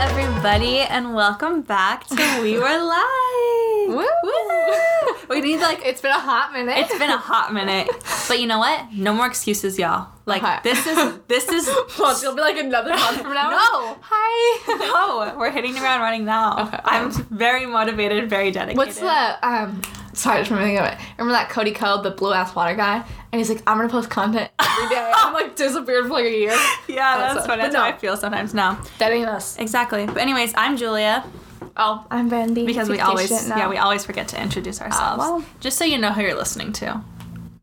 everybody, and welcome back to We Were Live. Woo. Woo. We need like It's been a hot minute. it's been a hot minute, but you know what? No more excuses, y'all. Like Okay. this is this is Well, it'll be like another month from now. No. Hi. no. We're hitting the ground running now. Okay. I'm very motivated, very dedicated. What's the um? Sorry, I just remembering of it. Remember that Cody Code, the blue ass water guy, and he's like, "I'm gonna post content every day." I'm like disappeared for like a year. Yeah, That's that's a- what that's but how I no. feel sometimes now. That ain't us. Exactly. But anyways, I'm Julia Oh, I'm Brandy. because we always Now. Ah, yeah we always forget to introduce ourselves. well. Just so you know who you're listening to.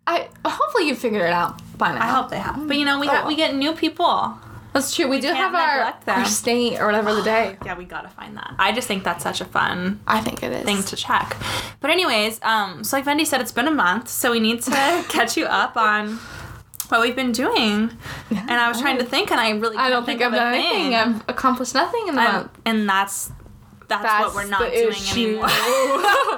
I hopefully you figured it out by now. I hope they have. But you know we Oh, got well. we get new people. that's true. We, do can't have our, neglect them. our state or whatever the day. Yeah, we gotta find that. I just think that's such a fun I think it is. thing to check. But anyways, um, so like Vendi said, it's been a month, so we need to catch you up on what we've been doing. And I was trying to think, and I really I don't couldn't think I've of a done anything. thing. I've accomplished nothing in the I'm- month. and that's that's, what we're not the doing issue. anymore.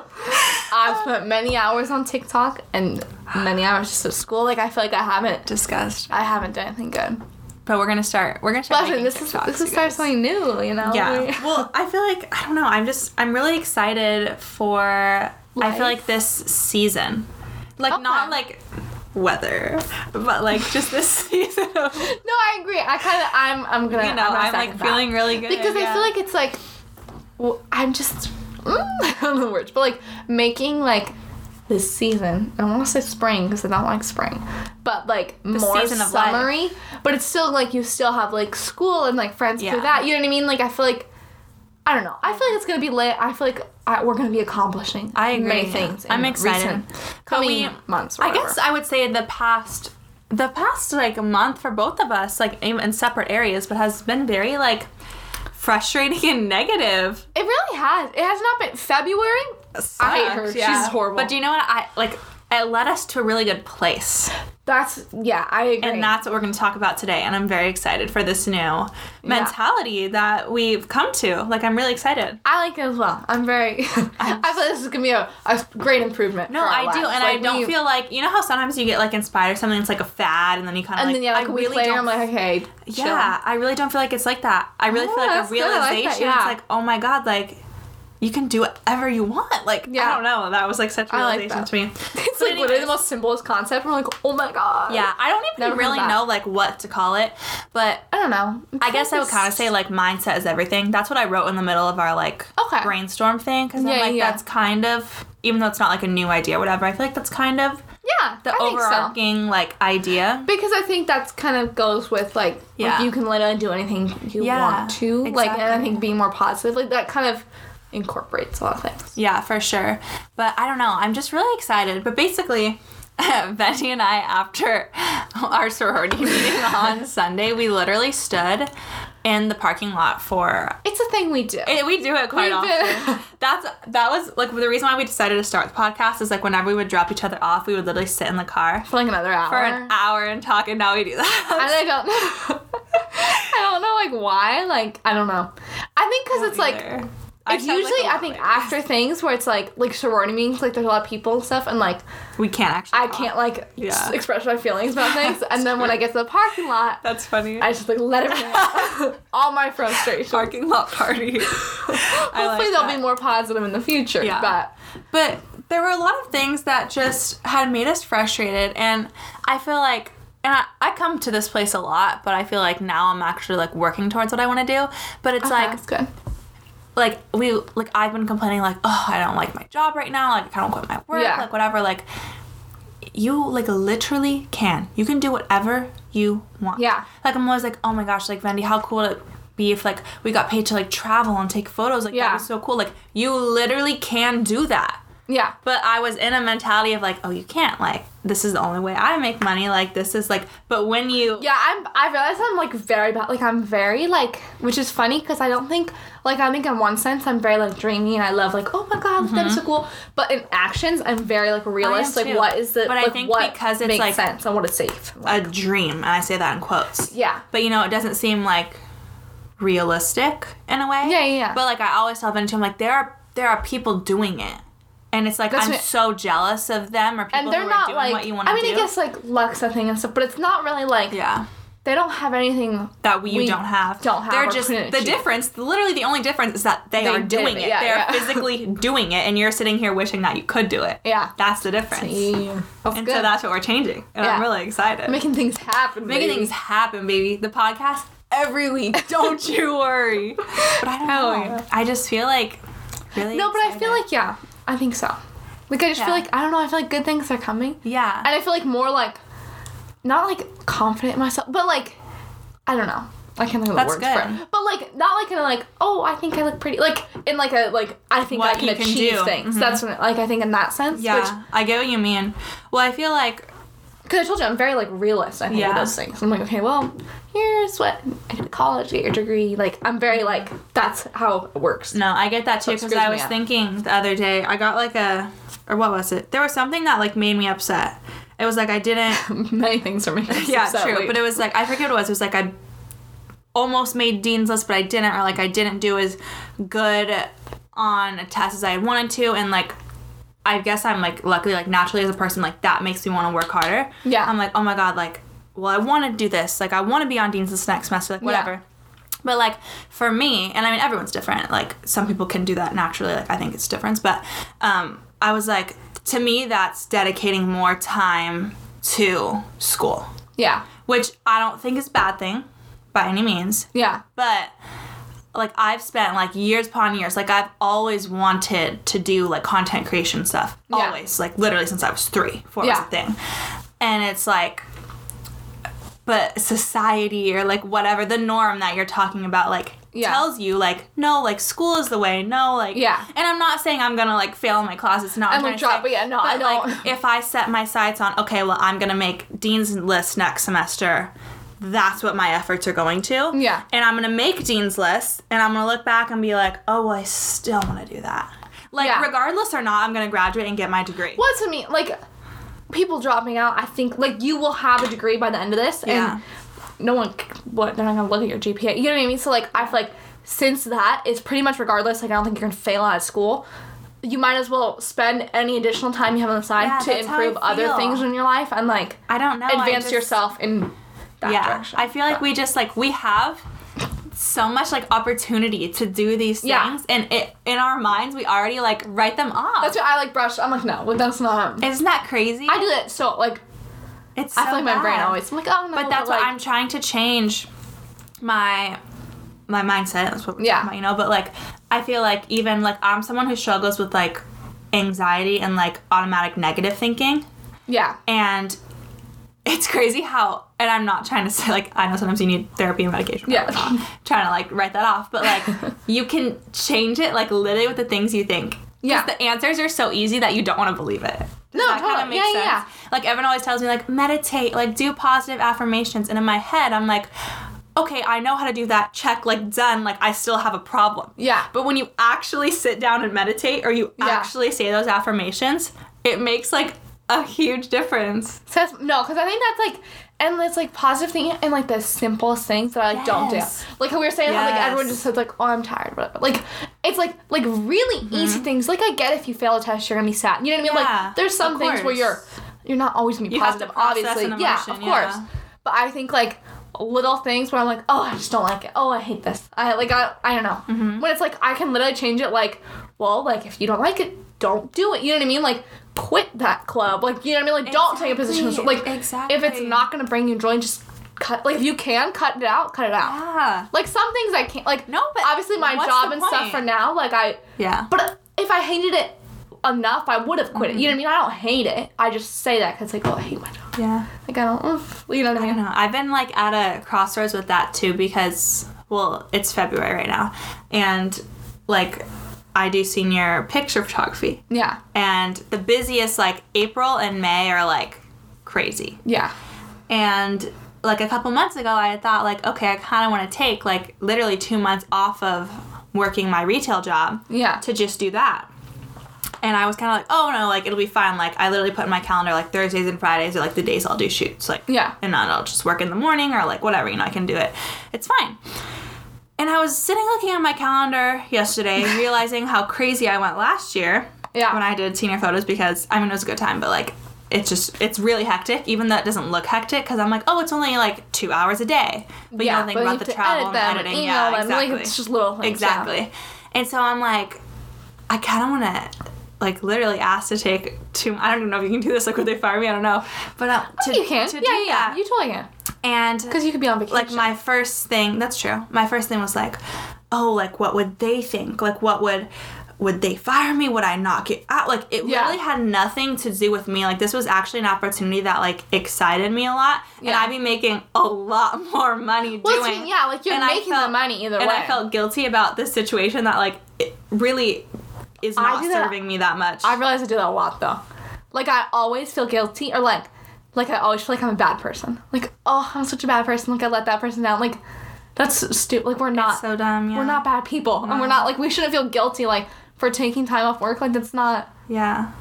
I've spent many hours on TikTok and many hours just at school. Like I feel like I haven't, Discussed. I haven't done anything good. But we're gonna start. We're gonna start. But making this is TikToks, this you is start guys. something new, you know. Yeah. well, I feel like I don't know. I'm just I'm really excited for. I Life? feel like this season, like not Okay. like weather, but like just this season. Of, you No, I agree. I kind of, I'm, I'm gonna. know, gonna I'm like second that. feeling really good because yeah. I feel like it's like, well, I'm just, mm, I don't know the words, but like making like this season. I want to say spring because I don't like spring, but like more season of life. summery. But it's still like you still have like school and like friends Yeah. through that. You know what I mean? Like I feel like. I don't know. I feel like it's gonna be lit. I feel like I, we're gonna be accomplishing I agree. many things. I'm in excited. recent But Coming we- months. or I whatever. guess I would say the past, the past like month for both of us, like in, in separate areas, but has been very like frustrating and negative. it really has. It has not been February. I hate her. Sucked, She's horrible. But do you know what I like? It led us to a really good place, That's yeah. I agree. and that's what we're going to talk about today. And I'm very excited for this new mentality that we've come to. Like, I'm really excited. I like it as well. I'm very. I feel this is gonna be a, a great improvement. No, I do, and I don't feel like you know how sometimes you get like inspired or something. It's like a fad, and then you kind of And like, then yeah, like I a week really later, don't I'm like, okay, chill. Yeah, I really don't feel like it's like that. I really Oh, feel like a that's good. I like that, realization. yeah. It's like, oh my god, like you can do whatever you want. Like I Yeah. don't know. That was like such a I like realization that. to me. It's But like literally anyways. the most simplest concept. We're like, oh my god. Yeah, I don't even Never heard really that. know like what to call it, but I don't know. I guess I would kind of say like mindset is everything. That's what I wrote in the middle of our like Okay. brainstorm thing because I'm Oh, Yeah, like yeah. that's kind of even though it's not like a new idea, or whatever. I feel like that's kind of Yeah, the I think so. overarching like idea. Because I think that's kind of goes with like, Yeah. like you can literally do anything you Yeah, want to. Like, and I exactly. think being more positive, like that kind of incorporates a lot of things. Yeah, for sure. But I don't know. I'm just really excited. But basically, Betty and I, after our sorority meeting on Sunday, we literally stood in the parking lot for. It's a thing we do. Eh, We do it quite We've been- often. That's that was like the reason why we decided to start the podcast is like whenever we would drop each other off, we would literally sit in the car for like another hour. for an hour and talk, and now we do that. and I don't know. I don't know like why. Like I don't know. I think because it's like Either. I it's sound usually like a I lot think later. after things where it's like like sorority meetings like there's a lot of people and stuff and like we can't actually. I talk. can't like Uh, Yeah. s- express my feelings about things and then when I get to the parking lot That's funny. I just like let it out all my frustration. parking lot party. Hopefully they'll be more positive in the future. Yeah. But But there were a lot of things that just had made us frustrated, and I feel like, and I, I come to this place a lot, but I feel like now I'm actually like working towards what I want to do. But it's okay, like, that's good. like we, like I've been complaining, like, oh, I don't like my job right now, like I kind of quit my work, Yeah. like whatever, like you like literally can you can do whatever you want Yeah. like i'm always like oh my gosh like vendy how cool would it be if like we got paid to like travel and take photos like Yeah. that was so cool like you literally can do that Yeah. but I was in a mentality of like, oh, you can't. Like, this is the only way I make money. Like, this is like. But when you, Yeah, I'm. I realize I'm like very bad. Like I'm very like, which is funny because I don't think like I think in one sense I'm very like dreamy and I love like oh my god that's so cool. But in actions I'm very like realist. Like Mm-hmm. too. what is the But I like think what because it's, makes like- sense and what is safe. a dream, and I say that in quotes. Yeah. But you know, it doesn't seem like realistic in a way. Yeah, yeah, yeah. But like, I always tell Vinny, I'm like, there are there are people doing it, and it's like That's I'm what- so jealous of them or people and they're who are not doing like. what you want to I mean, do. I guess like luck's a thing and stuff, but it's not really like yeah. they don't have anything that we, We don't have. don't have They're or just couldn't the achieve. difference. Literally, the only difference is that they, They are did doing it. it. Yeah, They're yeah. physically doing it, and you're sitting here wishing that you could do it. Yeah. that's the difference. That's and good. so that's what we're changing. And I'm Yeah. really excited. making things happen. Making baby. things happen, baby. The podcast every week. Don't you worry. But I don't Hell know. yeah. I just feel like really. No, but I feel excited. like yeah, I think so. Like I just Yeah. feel like I don't know. I feel like good things are coming, yeah. and I feel like more like, not like confident in myself, but like, I don't know. I can't think of the That's words for good. it. But like, not like in a like, oh, I think I look pretty. Like in like a like, I think What I can you can achieve do. Mm-hmm. things. That's when like I think in that sense. yeah, I get what you mean. Well, I feel like Because I told you I'm very like realist. I think Yeah. with those things. I'm like, okay, well, here's what I did college, get your degree. Like I'm very like that's how it works. No, I get that too What because screws I me was up? thinking the other day. I got like a, or what was it? There was something that like made me upset. It was like I didn't. Many things are making. us yeah, upset, true. wait. But it was like I forget what it was. It was like I almost made Dean's list, but I didn't, or like I didn't do as good on a test as I had wanted to, and like. I guess I'm like luckily like naturally as a person like that makes me want to work harder. Yeah. I'm like oh my god like well I want to do this like I want to be on Dean's list next semester like Yeah. whatever. But like for me, and I mean everyone's different. Like some people can do that naturally. Like I think it's different. But um, I was like, to me, that's dedicating more time to school, yeah, which I don't think is a bad thing by any means. yeah. But like I've spent like years upon years. Like I've always wanted to do like content creation stuff. Yeah. Always, like literally since I was three, four was Yeah. a thing. And it's like but society or like whatever the norm that you're talking about like Yeah. tells you like no like school is the way no like Yeah. and i'm not saying i'm gonna like fail in my classes not I'm like, drop, but yeah, no, I don't. like if i set my sights on okay well i'm gonna make dean's list next semester that's what my efforts are going to Yeah. and i'm gonna make dean's list and i'm gonna look back and be like oh well, i still want to do that like Yeah. regardless or not i'm gonna graduate and get my degree What's I mean? Like people dropping out. I think like you will have a degree by the end of this, Yeah. and no one. c- What they're not gonna look at your GPA. You know what I mean? So like I feel like since that it's pretty much regardless. Like I don't think you're gonna fail out of school. You might as well spend any additional time you have on the side Yeah, to that's how I improve other feel. things in your life and like i don't know I advance just- yourself in that yeah direction. i feel like we just like we have so much like opportunity to do these things Yeah. and it in our minds we already like write them off That's what I like brush. I'm like, no, that's not. isn't that crazy I do that so like it's I feel like my brain bad. always I'm like oh no but that's like, what I'm trying to change my my mindset. That's what we're Yeah. talking about, you know. But like, I feel like even like I'm someone who struggles with like anxiety and like automatic negative thinking, yeah and it's crazy how. And I'm not trying to say like I know sometimes you need therapy and medication. Yeah. I'm not trying to like write that off, but like you can change it like literally with the things you think. 'Cause Yeah. the answers are so easy that you don't want to believe it. Does No, that kinda totally. make Yeah, sense? yeah, Like everyone always tells me, like meditate, like do positive affirmations, and in my head, I'm like, okay, I know how to do that. Check, like done. Like I still have a problem. Yeah. But when you actually sit down and meditate, or you Yeah. actually say those affirmations, it makes like a huge difference. So that's, no, because I think that's like, and it's like positive thing and like the simplest things that I like don't do. Yes. Like how we were saying, how like Yes. everyone just says like, oh, I'm tired, whatever. Like it's like like really easy things. Like I get if you fail a test, you're gonna be sad. You know what I mean? Mm-hmm. Yeah, like there's some of things where you're course. you're not always gonna be You have to positive, process obviously. an yeah, emotion, of yeah. course. But I think like little things where I'm like, oh, I just don't like it. Oh, I hate this. I like I I don't know. Mm-hmm. When it's like I can literally change it. Like, well, like if you don't like it, don't do it. You know what I mean? Like quit that club. Like you know what I mean? Like don't take a position. Exactly, Like if it's exactly. not gonna bring you joy, just cut. Like if you can cut it out, cut it out. Yeah. Like some things I can't. Like No, but obviously my what's job the and point? stuff for now. Like I. Yeah. But if I hated it enough, I would have quit it. You know Mm-hmm. what I mean? I don't hate it. I just say that because like, oh, I hate my job. Yeah. Like I don't. oof, You know what I I mean? don't know. I've been like at a crossroads with that too because well, it's February right now, and like I do senior picture photography, Yeah. and the busiest like April and May are like crazy. Yeah. And like a couple months ago, I had thought like, okay, I kind of want to take like literally two months off of working my retail job Yeah. to just do that. And I was kind of like, oh no, like it'll be fine. Like I literally put in my calendar like Thursdays and Fridays are like the days I'll do shoots. Like Yeah. and then I'll just work in the morning or like whatever. You know, I can do it. It's fine. And I was sitting looking at my calendar yesterday, realizing how crazy I went last year Yeah. when I did senior photos because I mean it was a good time, but like it's just it's really hectic. Even though it doesn't look hectic, because I'm like, oh, it's only like two hours a day. But you don't think but about have the to travel and them, editing. email yeah, them, exactly. Like, it's just little things. yeah. exactly. And so I'm like, I kind of want to. Like literally ask to take two. I don't even know if you can do this. Like, would they fire me? I don't know. But uh, to, Oh, you can. to yeah, do yeah, yeah. that You totally can. and Because you could be on vacation. like my first thing that's true my first thing was like oh like what would they think like what would would they fire me would i not get out like it Yeah. really had nothing to do with me like this was actually an opportunity that like excited me a lot and Yeah. i'd be making a lot more money Well, it's- doing yeah, like you're and I making felt- the money either and way. i felt guilty about this situation that like it really is I not do that- serving me that much I realize I do that a lot though. Like I always feel guilty or like like I always feel like I'm a bad person. Like, oh, I'm such a bad person. Like I let that person down. Like that's stupid. Like we're not so dumb yeah we're not bad people. And we're not like we shouldn't feel guilty like for taking time off work. Like that's not yeah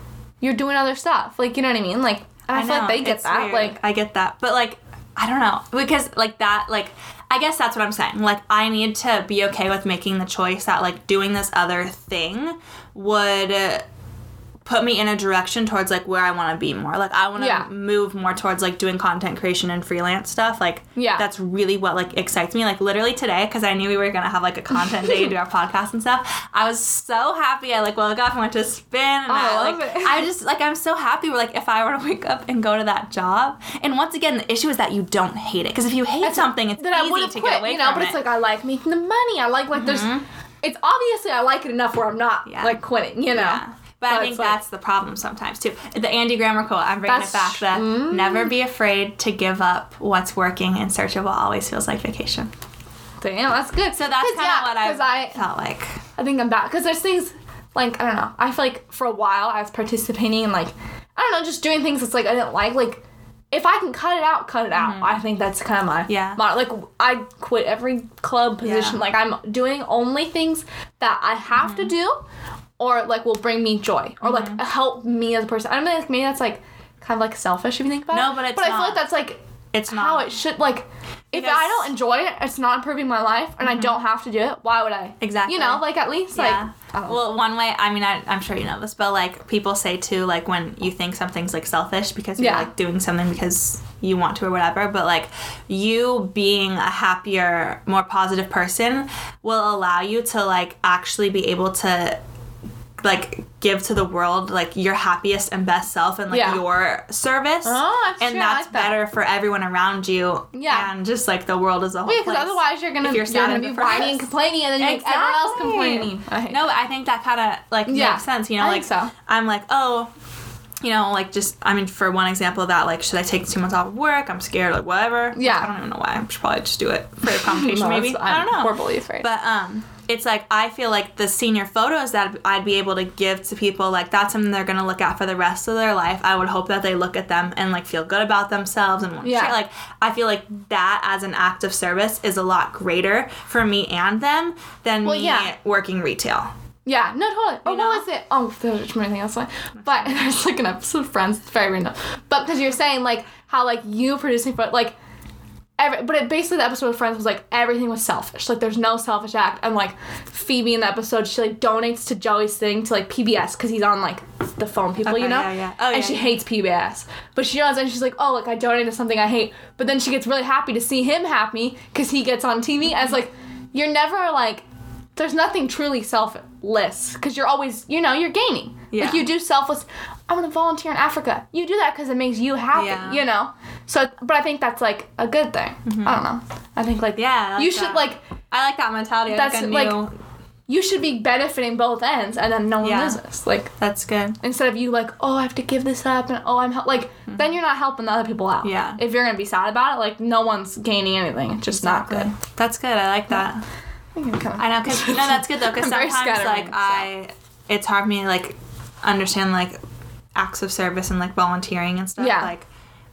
you're doing other stuff. Like you know what I mean? Like and I, feel like know, they get it's that. weird. Like I get that, but like I don't know because like that like I guess that's what I'm saying. Like I need to be okay with making the choice that like doing this other thing would uh, put me in a direction towards like where I want to be more. Like I want to Yeah. move more towards like doing content creation and freelance stuff. Like Yeah. that's really what like excites me. Like literally today because I knew we were gonna have like a content day and do our podcast and stuff. I was so happy. I like woke up and went to spin. And I I, love like, it. I just like I'm so happy. We're like if I were to wake up and go to that job. And once again, the issue is that you don't hate it because if you hate something, it's that I would easy have to quit, get away you know, from but it's it. Mm-hmm. like I like making the money. I like like there's it's obviously I like it enough where I'm not Yeah. like quitting, you know. Yeah. But, I But think it's like- that's the problem sometimes too. The Andy Grammer quote, I'm bringing it That's back. The true. never be afraid to give up what's working in search of what always feels like vacation. Damn, that's good. So that's kind of what Because I, I, felt like. I think I'm back. Because there's things, like, I don't know. I feel like for a while I was participating and, like, I don't know, just doing things that's, like, I didn't like. Like, if I can cut it out, cut it out. I think that's kind of my. Mm-hmm. Yeah. My, like, I quit every club position. Yeah. Like, I'm doing only things that I have Mm-hmm. to do or, like, will bring me joy or, like, help me as a person. I don't know, like, maybe that's, like, kind of, like, selfish if you think about it. No, but it's But I feel not. like that's, like, It's not how it should like if Um, Because- Mm-hmm. I don't enjoy it, it's not improving my life, and I don't have to do it. Why would I? Exactly. You know, like at least yeah. like. I don't know. well, one way, I mean, I, I'm sure you know this, but like people say too, like when you think something's like selfish because you're Yeah. like doing something because you want to or whatever, but like you being a happier, more positive person will allow you to like actually be able to like give to the world like your happiest and best self and like Yeah. your service Oh, that's and true. I that's like that. better for everyone around you Yeah. and just like the world as a whole Yeah, because place. otherwise you're gonna if you're you're, sad gonna in be the whining first. and complaining, and then you make everyone else complaining. I hate No, I think that kind of like Yeah, makes sense. You know, I like think so. I'm like, oh, you know, like just I mean, for one example of that, like, should I take two months off of work? I'm scared, like whatever. Like, Yeah. I don't even know why. I should probably just do it for a it. competition, No, maybe. it's- I don't know. Horrible youth, right? But um, it's like I feel like the senior photos that I'd be able to give to people, like that's something they're gonna look at for the rest of their life. I would hope that they look at them and like feel good about themselves and want to Yeah. share. Like I feel like that as an act of service is a lot greater for me and them than Well, me yeah. working retail. Yeah, no, totally. Oh, know? what was it? Oh, there was many things. That's why. But there's like an episode of Friends. It's very random. But because you're saying like how like you producing for like every, but it basically the episode of Friends was like everything was selfish. Like there's no selfish act. And like Phoebe in the episode, she like donates to Joey's thing to like PBS because he's on like the phone people, Okay, you know. yeah, yeah. Oh, and yeah, she yeah. hates PBS, but she knows, and she's like, oh, like I donated to something I hate. But then she gets really happy to see him happy because he gets on TV. As like, you're never like there's nothing truly selfless because you're always you know you're gaining Yeah. like you do selfless i'm gonna volunteer in africa you do that because it makes you happy Yeah. Mm-hmm. you know so but i think that's like a good thing i don't know i think like Yeah, I like you should that. like I like that mentality. That's That's, like, a like- new- you should be benefiting both ends and then no one Yeah. loses like that's good. instead of you like oh i have to give this up and oh i'm hel-, like then you're not helping the other people out Mm-hmm. Yeah. if you're gonna be sad about it like no one's gaining anything it's just not good That's good. I like that. I'm kinda- I know, cause no, that's good though, cause I'm very sometimes like scatterbrained, I, so. it's hard for me to like understand like acts of service and like volunteering and stuff. Yeah. Like,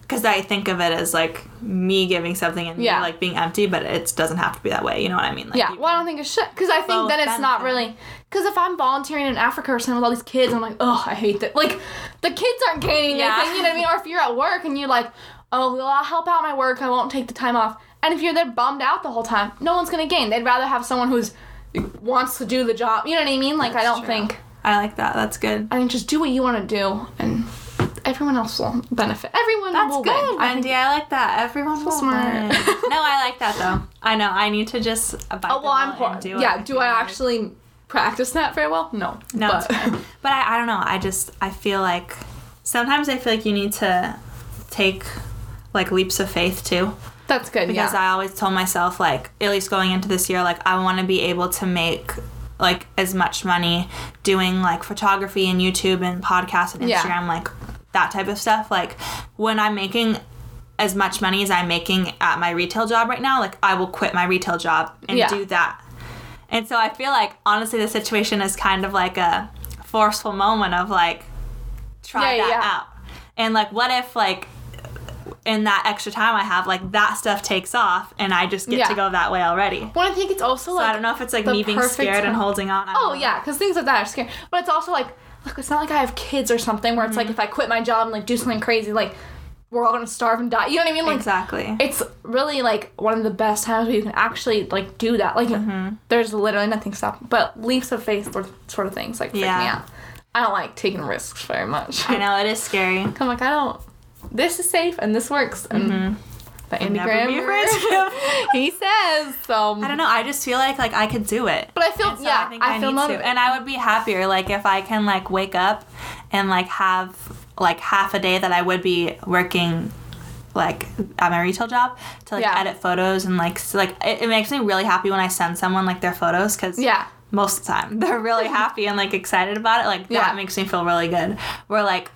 cause I think of it as like me giving something and Yeah. me like being empty, but it doesn't have to be that way. You know what I mean? Like, Yeah, you- well, I don't think it should, because I think Both then it's not benefit. really. Because if I'm volunteering in Africa or something with all these kids, I'm like, oh, I hate that. Like, the kids aren't gaining Yeah. anything, you know what I mean? Or if you're at work and you're like, oh, well, I'll help out my work, I won't take the time off. And if you're there bummed out the whole time, no one's gonna gain. They'd rather have someone who's wants to do the job. You know what I mean? Like, I don't true. think. I like that. That's good. I think just do what you want to do, and everyone else will benefit. Everyone That's will good, win. I think- Wendy. I like that. Everyone will smart. win. no, I like that though. I know. I need to just abide Oh well, I'm the law and do poor. what Yeah. Do I can. actually practice that very well? No. No, But- it's fine. but I, I don't know. I just I feel like sometimes I feel like you need to take like leaps of faith too that's good. because yeah. I always told myself like at least going into this year like I want to be able to make like as much money doing like photography and YouTube and podcasts and Instagram Yeah. like that type of stuff like when I'm making as much money as I'm making at my retail job right now like I will quit my retail job and Yeah. do that and so I feel like honestly the situation is kind of like a forceful moment of like try Yeah, that yeah. out and like what if like in that extra time I have, like that stuff takes off and I just get Yeah. to go that way already. Well, I think it's also So like I don't know if it's like the me being perfect scared and time. holding on. I don't Oh know. yeah, because things like that are scary. But it's also like, look, it's not like I have kids or something where it's Mm-hmm. like if I quit my job and like do something crazy, like we're all gonna starve and die. You know what I mean? Like Exactly. it's really like one of the best times where you can actually like do that. Like Mm-hmm. there's literally nothing stopping. But leaps of faith sort sort of things like freak me Yeah. out. I don't like taking risks very much. I know it is scary. I'm like I don't. This is safe and this works. And But Andy Mm-hmm. never be Graham, afraid. he says so. I don't know. I just feel like like I could do it. But I feel So yeah, I I, think I, feel need motivated. to. And I would be happier like if I can like wake up and like have like half a day that I would be working like at my retail job to like Yeah. edit photos and like s like it, it makes me really happy when I send someone like their photos because Yeah. most of the time they're really happy and like excited about it like that Yeah. makes me feel really good where like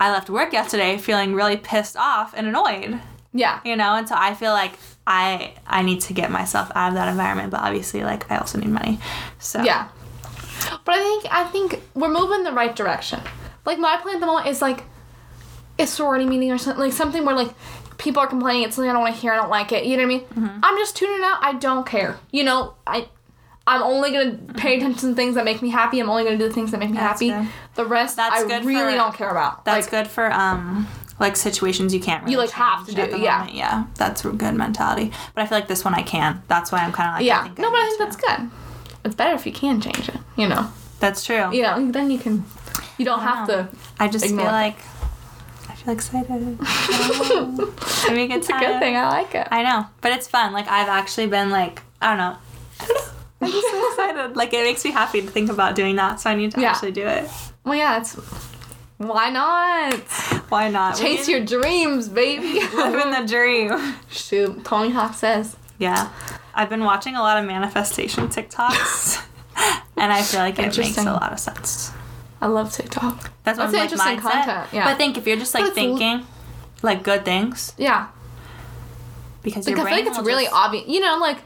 I left work yesterday feeling really pissed off and annoyed Yeah. you know and so i feel like i i need to get myself out of that environment but obviously like i also need money so Yeah. But I think I think we're moving in the right direction. Like my plan at the moment is like a sorority meeting or something like something where like people are complaining it's something I don't want to hear, I don't like it. You know what I mean? Mm-hmm. I'm just tuning out. I don't care. You know, I I'm only gonna pay attention to things that make me happy. I'm only gonna do the things that make me Mm-hmm. That's happy. good. The rest That's I good really for- don't care about. that's like, good for um like situations you can't really You, like, have to change at do, the yeah. moment. yeah that's a good mentality but i feel like this one i can that's why i'm kind of like I Yeah. think No, but I need think to. that's good. It's better if you can change it. You know. that's true You know. Then you can. You don't have know. to. i just Ignore feel it. like i feel excited it's a good It's a good thing. I like it. i know but it's fun like i've actually been like i don't know i'm just so excited like it makes me happy to think about doing that so i need to Yeah. actually do it Well, yeah, it's why not why not We chase your dreams, baby? Living the dream. Shoot, Tony Hawk says Yeah. I've been watching a lot of manifestation TikToks. and I feel like it makes a Interesting. lot of sense. I love TikTok. That's what I'm That's like interesting mindset. content, yeah. But I think if you're just But like it's l- thinking like good things Yeah, because like your I feel brain like it's will really just, obvious. You know, like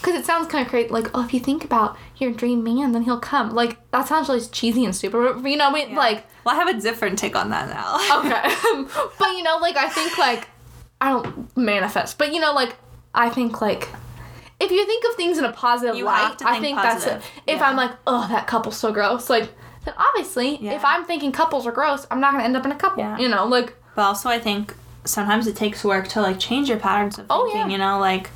because it sounds kind of crazy. Like, oh, if you think about your dream man, then he'll come. Like that sounds really cheesy and stupid. But you know, I mean, yeah. like Well, I have a different take on that Oh, now. okay, but you know, like I think like I don't manifest, but you know, like I think like. If you think of things in a positive You light, have to I think think that's positive, it. If yeah. I'm like, oh, that couple's so gross, like, then obviously, Yeah. if I'm thinking couples are gross, I'm not gonna end up in a couple. Yeah. You know, like, but also I think sometimes it takes work to like change your patterns of Oh, thinking, yeah. you know, like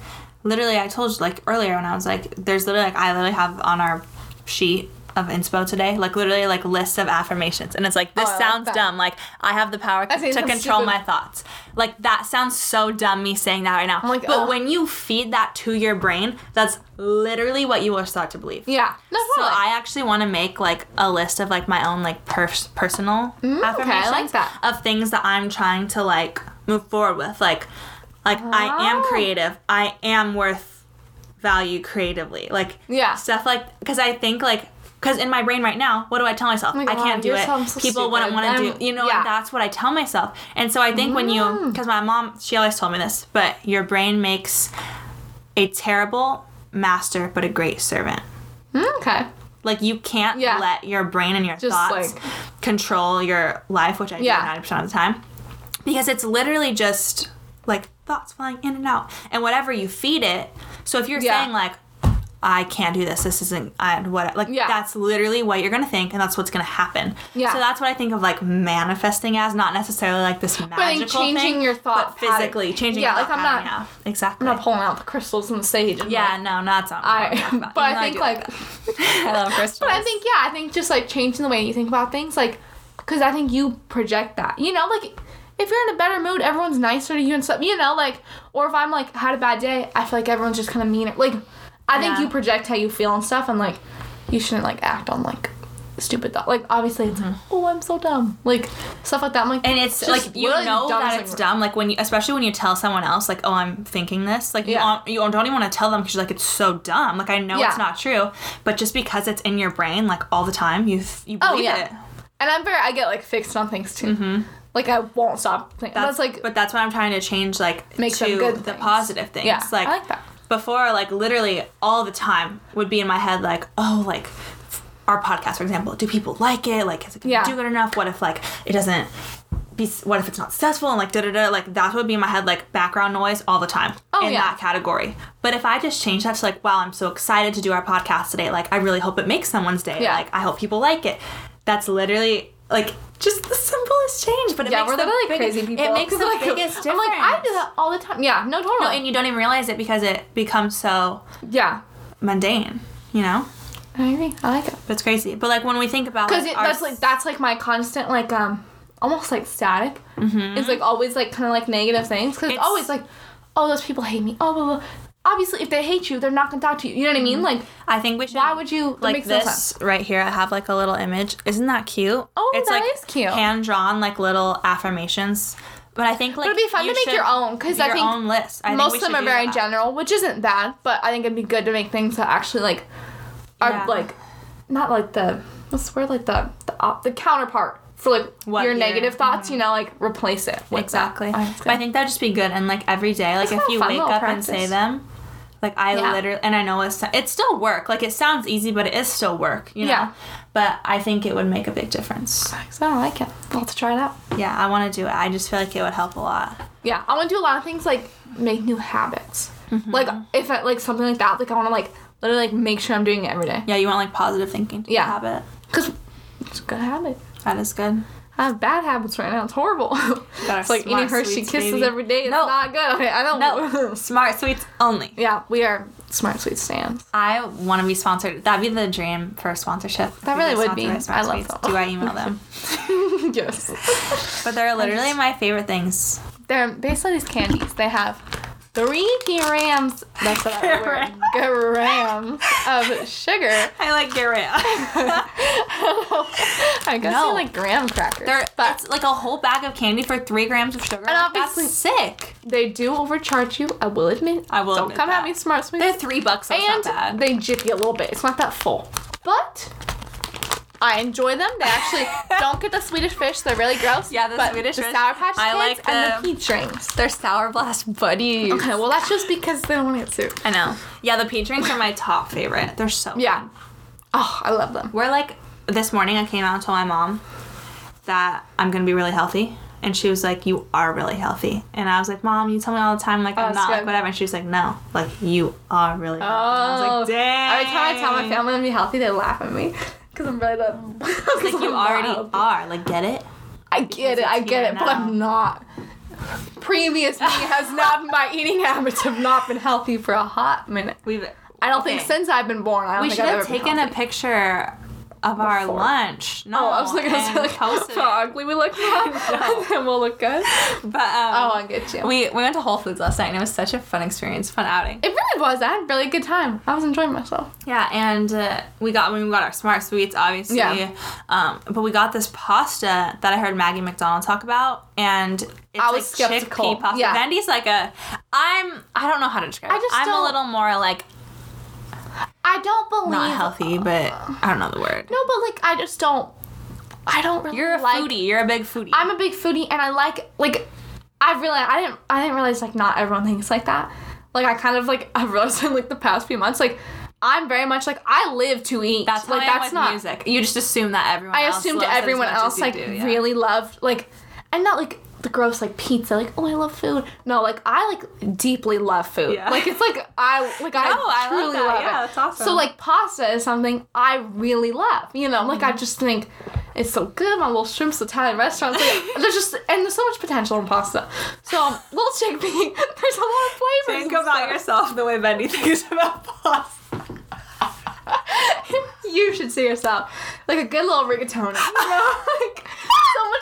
literally I told you like earlier when I was like there's literally like I literally have on our sheet of inspo today like literally like lists of affirmations and it's like this Oh, I like sounds that. dumb like I have the power That to sounds control stupid. my thoughts like that sounds so dumb me saying that right now like, but ugh. when you feed that to your brain that's literally what you are taught to believe yeah, no, so totally. I actually want to make like a list of like my own like pers- personal affirmations I like that. of things that I'm trying to like move forward with. Like, like I am Oh. creative. I am worth value creatively. Like Yeah. stuff like because I think like because in my brain right now, what do I tell myself? Oh my I God, can't do you're it. so- so People wouldn't stupid. want to I'm- do you know. yeah. Mm. That's what I tell myself. And so I think when you because my mom she always told me this, but your brain makes a terrible master but a great servant. Mm, okay, Like you can't Yeah. let your brain and your Just, thoughts like- control your life, which I Yeah. do 90% of the time. Because it's literally just like thoughts flying in and out. And whatever you feed it, so if you're Yeah. saying like I can't do this. This isn't I what like Yeah. that's literally what you're gonna think, and that's what's gonna happen. Yeah. So that's what I think of like manifesting as, not necessarily like this magical but I think changing thing, your thought but physically pattern- changing. Yeah, your like, thought I'm pattern, not- yeah, exactly. I'm not pulling out the crystals on the stage. and, yeah, like, no, not something. I. But I think like I love crystals. But I think yeah, I think just like changing the way you think about things, like because I think you project that. You know, like if you're in a better mood, everyone's nicer to you and stuff. You know, like or if I'm like had a bad day, I feel like everyone's just kind of meaner. Like I think Yeah. you project how you feel and stuff, and like you shouldn't like act on like stupid thought. Like obviously, it's like oh I'm so dumb, like stuff like that. I'm like Mm-hmm. And it's just like you literally the know dumbest that thing it's ever. dumb, like when you, especially when you tell someone else, like, "Oh, I'm thinking this," like you, Yeah. don't- you don't even want to tell them because you're like, "It's so dumb." Like I know Yeah. it's not true, but just because it's in your brain, like all the time, you th- you Oh believe yeah, it. and I'm very I get like fixed on things too. Like I won't stop. Thinking. That's, like but that's what I'm trying to change, like, Make to them good the things. positive things. Yeah, like, I like that. before, like literally all the time would be in my head, like, oh, like f- our podcast, for example, do people like it? Like, is it gonna Yeah. do good enough? What if like it doesn't? Be, what if it's not successful and like da da da like that would be in my head like background noise all the time Oh, in yeah. that category but if i just change that to like wow i'm so excited to do our podcast today like i really hope it makes someone's day Yeah. like i hope people like it that's literally like just the simplest change but it yeah, makes we're the literally big- crazy people. It makes the 'Cause, like, biggest difference. I'm like I do that all the time. Yeah, no, totally. No, and you don't even realize it because it becomes so yeah, mundane, you know? I agree. I like it. But it's crazy. But like when we think about because like, our that's like that's like my constant like um almost like static It's like always like kind of like negative things because Mm-hmm. it's, It's- always like oh those people hate me oh blah, blah. obviously if they hate you they're not gonna talk to you you know what I mean like I think we should why would you it Mm-hmm. like makes no sense. this right here. I have like a little image. Isn't that cute? Oh, it's that like is cute. Hand drawn like little affirmations. But I think like it'd be fun you to make your should- own, 'cause I your think own list. I think most we of them should are do very that. general which isn't bad but I think it'd be good to make things that actually like are Yeah. like not like the what's the word like the the, op- the counterpart for like What your your- negative thoughts you know like replace it with that. Exactly. I think but I think that'd just be good. And like every day, like That's if a you fun wake little up and say practice. them, like I Yeah. literally, and I know it's it's still work. Like it sounds easy, but it is still work. You know? Yeah. But I think it would make a big difference. so I like it we'll have to try it out Yeah, I want to do it. I just feel like it would help a lot. Yeah, I want to do a lot of things like make new habits. Mm-hmm. Like if I, like something like that, like I want to like literally like make sure I'm doing it every day. Yeah, you want like positive thinking to Yeah. have it. Cause it's a good habit. That is good. I have bad habits right now. It's horrible. it's like eating smart Hershey sweets, Kisses baby. every day. It's No. not good. Okay, I don't. No, smart sweets only. yeah, we are smart sweet stands. I want to be sponsored. That'd be the dream for sponsorship. That Be really would sponsored be. by Smart I love Sweets. them. Do I email them? yes. But they're literally my favorite things. They're basically these candies. They have three grams. That's what I wear. Grams of sugar. I like Garrett. I guess No. they're like graham crackers. They're, but it's like a whole bag of candy for three grams of sugar. And Like, obviously- that's sick. They do overcharge you. I will admit. I will Don't admit come that. at me, smart sweet. They're three bucks. That's not and bad. they jip you a little bit. It's not that full, but I enjoy them. They actually don't get the Swedish fish. They're really gross. Yeah, the but Swedish the fish, Sour Patch Kids I like and the them. peach rings. they're sour blast buddies. Okay, well that's just because they don't want to get sued. I know. Yeah, the peach drinks are my top favorite. They're so. Yeah. Oh, I love them. We're like this morning. I came out and told my mom that I'm gonna be really healthy, and she was like, "You are really healthy." And I was like, "Mom, you tell me all the time like Oh, I'm that's not like good. whatever," and she was like, "No, like you are really." Healthy. and I was like, Oh. "Dang." Oh. Every time I tell my family I'm be healthy, they laugh at me because I'm really the. It's like you already are. Like, get it? I get it, I it's get here it, but now. I'm not. Previous me has not my eating habits have not been healthy for a hot minute. We've. I don't think Okay. since I've been born, I don't We think should I've have ever been taken a healthy. picture of our Before. lunch. No, Oh, I was like, I was and like, posted how it. ugly we look now, and then we'll look good. But um, Oh, I get you. we we went to Whole Foods last night, and it was such a fun experience, fun outing. it really was. I had a really good time. I was enjoying myself. Yeah, and uh, we got when we got our smart sweets, obviously. Yeah. Um, but we got this pasta that I heard Maggie McDonald talk about, and it's I was like skeptical. chickpea pasta. Yeah. Bendy's like a, I'm I don't know how to describe. I it. just I'm a don't- little more like I don't believe. not healthy, but I don't know the word. No, but like I just don't. I don't really. You're a like, foodie. You're a big foodie. I'm a big foodie, and I like like I realized I didn't I didn't realize like not everyone thinks like that. Like I kind of like I've realized in like the past few months like I'm very much like I live to eat. that's how like I am with music. You just assume that everyone. I else assumed loves it as everyone much as else you like do, yeah. really loved like and not like the gross like pizza like oh I love food. No, like I like deeply love food. Yeah. Like it's like I like I No, I love truly that. love Yeah, it. that's awesome. So like pasta is something I really love. You know, like Mm-hmm. I just think it's so good. My little shrimp's Italian restaurants. Like, there's just and there's so much potential in pasta. So um, little chickpea. There's a lot of flavors. Think and about stuff. yourself the way Bendy thinks about pasta. you should see yourself like a good little rigatoni. You know, like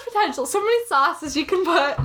potential. So many sauces you can put.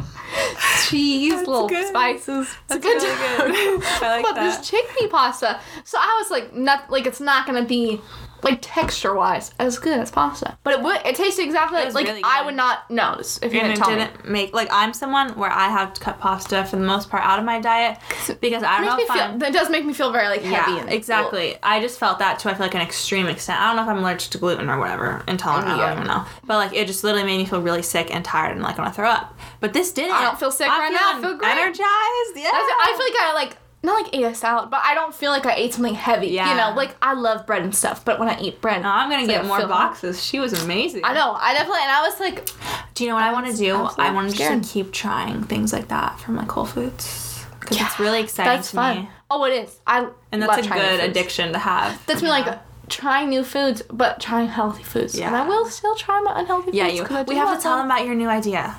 Cheese, That's little good. spices. It's a That's good really time. good. I like but that. this chickpea pasta. So I was like, not like it's not gonna be like texture wise as good as pasta, but it would. It tasted exactly was like, like really I good. would not notice if you and didn't it tell me. didn't make like I'm someone where I have to cut pasta for the most part out of my diet because I don't know Makes if me I'm feel, that does make me feel very like heavy. yeah and exactly. I just felt that to I feel like an extreme extent. I don't know if I'm allergic to gluten or whatever intolerant. I Yeah. don't even know. But like it just literally made me feel really sick and tired and like want to throw up. But this didn't. I don't feel sick I'm right now. I feeling feel great. Energized. Yeah. That's, I feel like I like not like ate a salad, but I don't feel like I ate something heavy. Yeah. You know, like I love bread and stuff, but when I eat bread, No, I'm gonna it's like get I more feel- boxes. She was amazing. I know. I definitely and I was like, Do you know what I, want to do? absolutely I want to scared. just keep trying things like that from like Whole Foods because it's really exciting that's to fun. me, Oh, it is. I and that's love a trying new good foods. addiction to have. That's me like trying new foods, but trying healthy foods. And I Yeah. will still try my unhealthy yeah, foods. you. 'cause I We do have love to tell them about your new idea.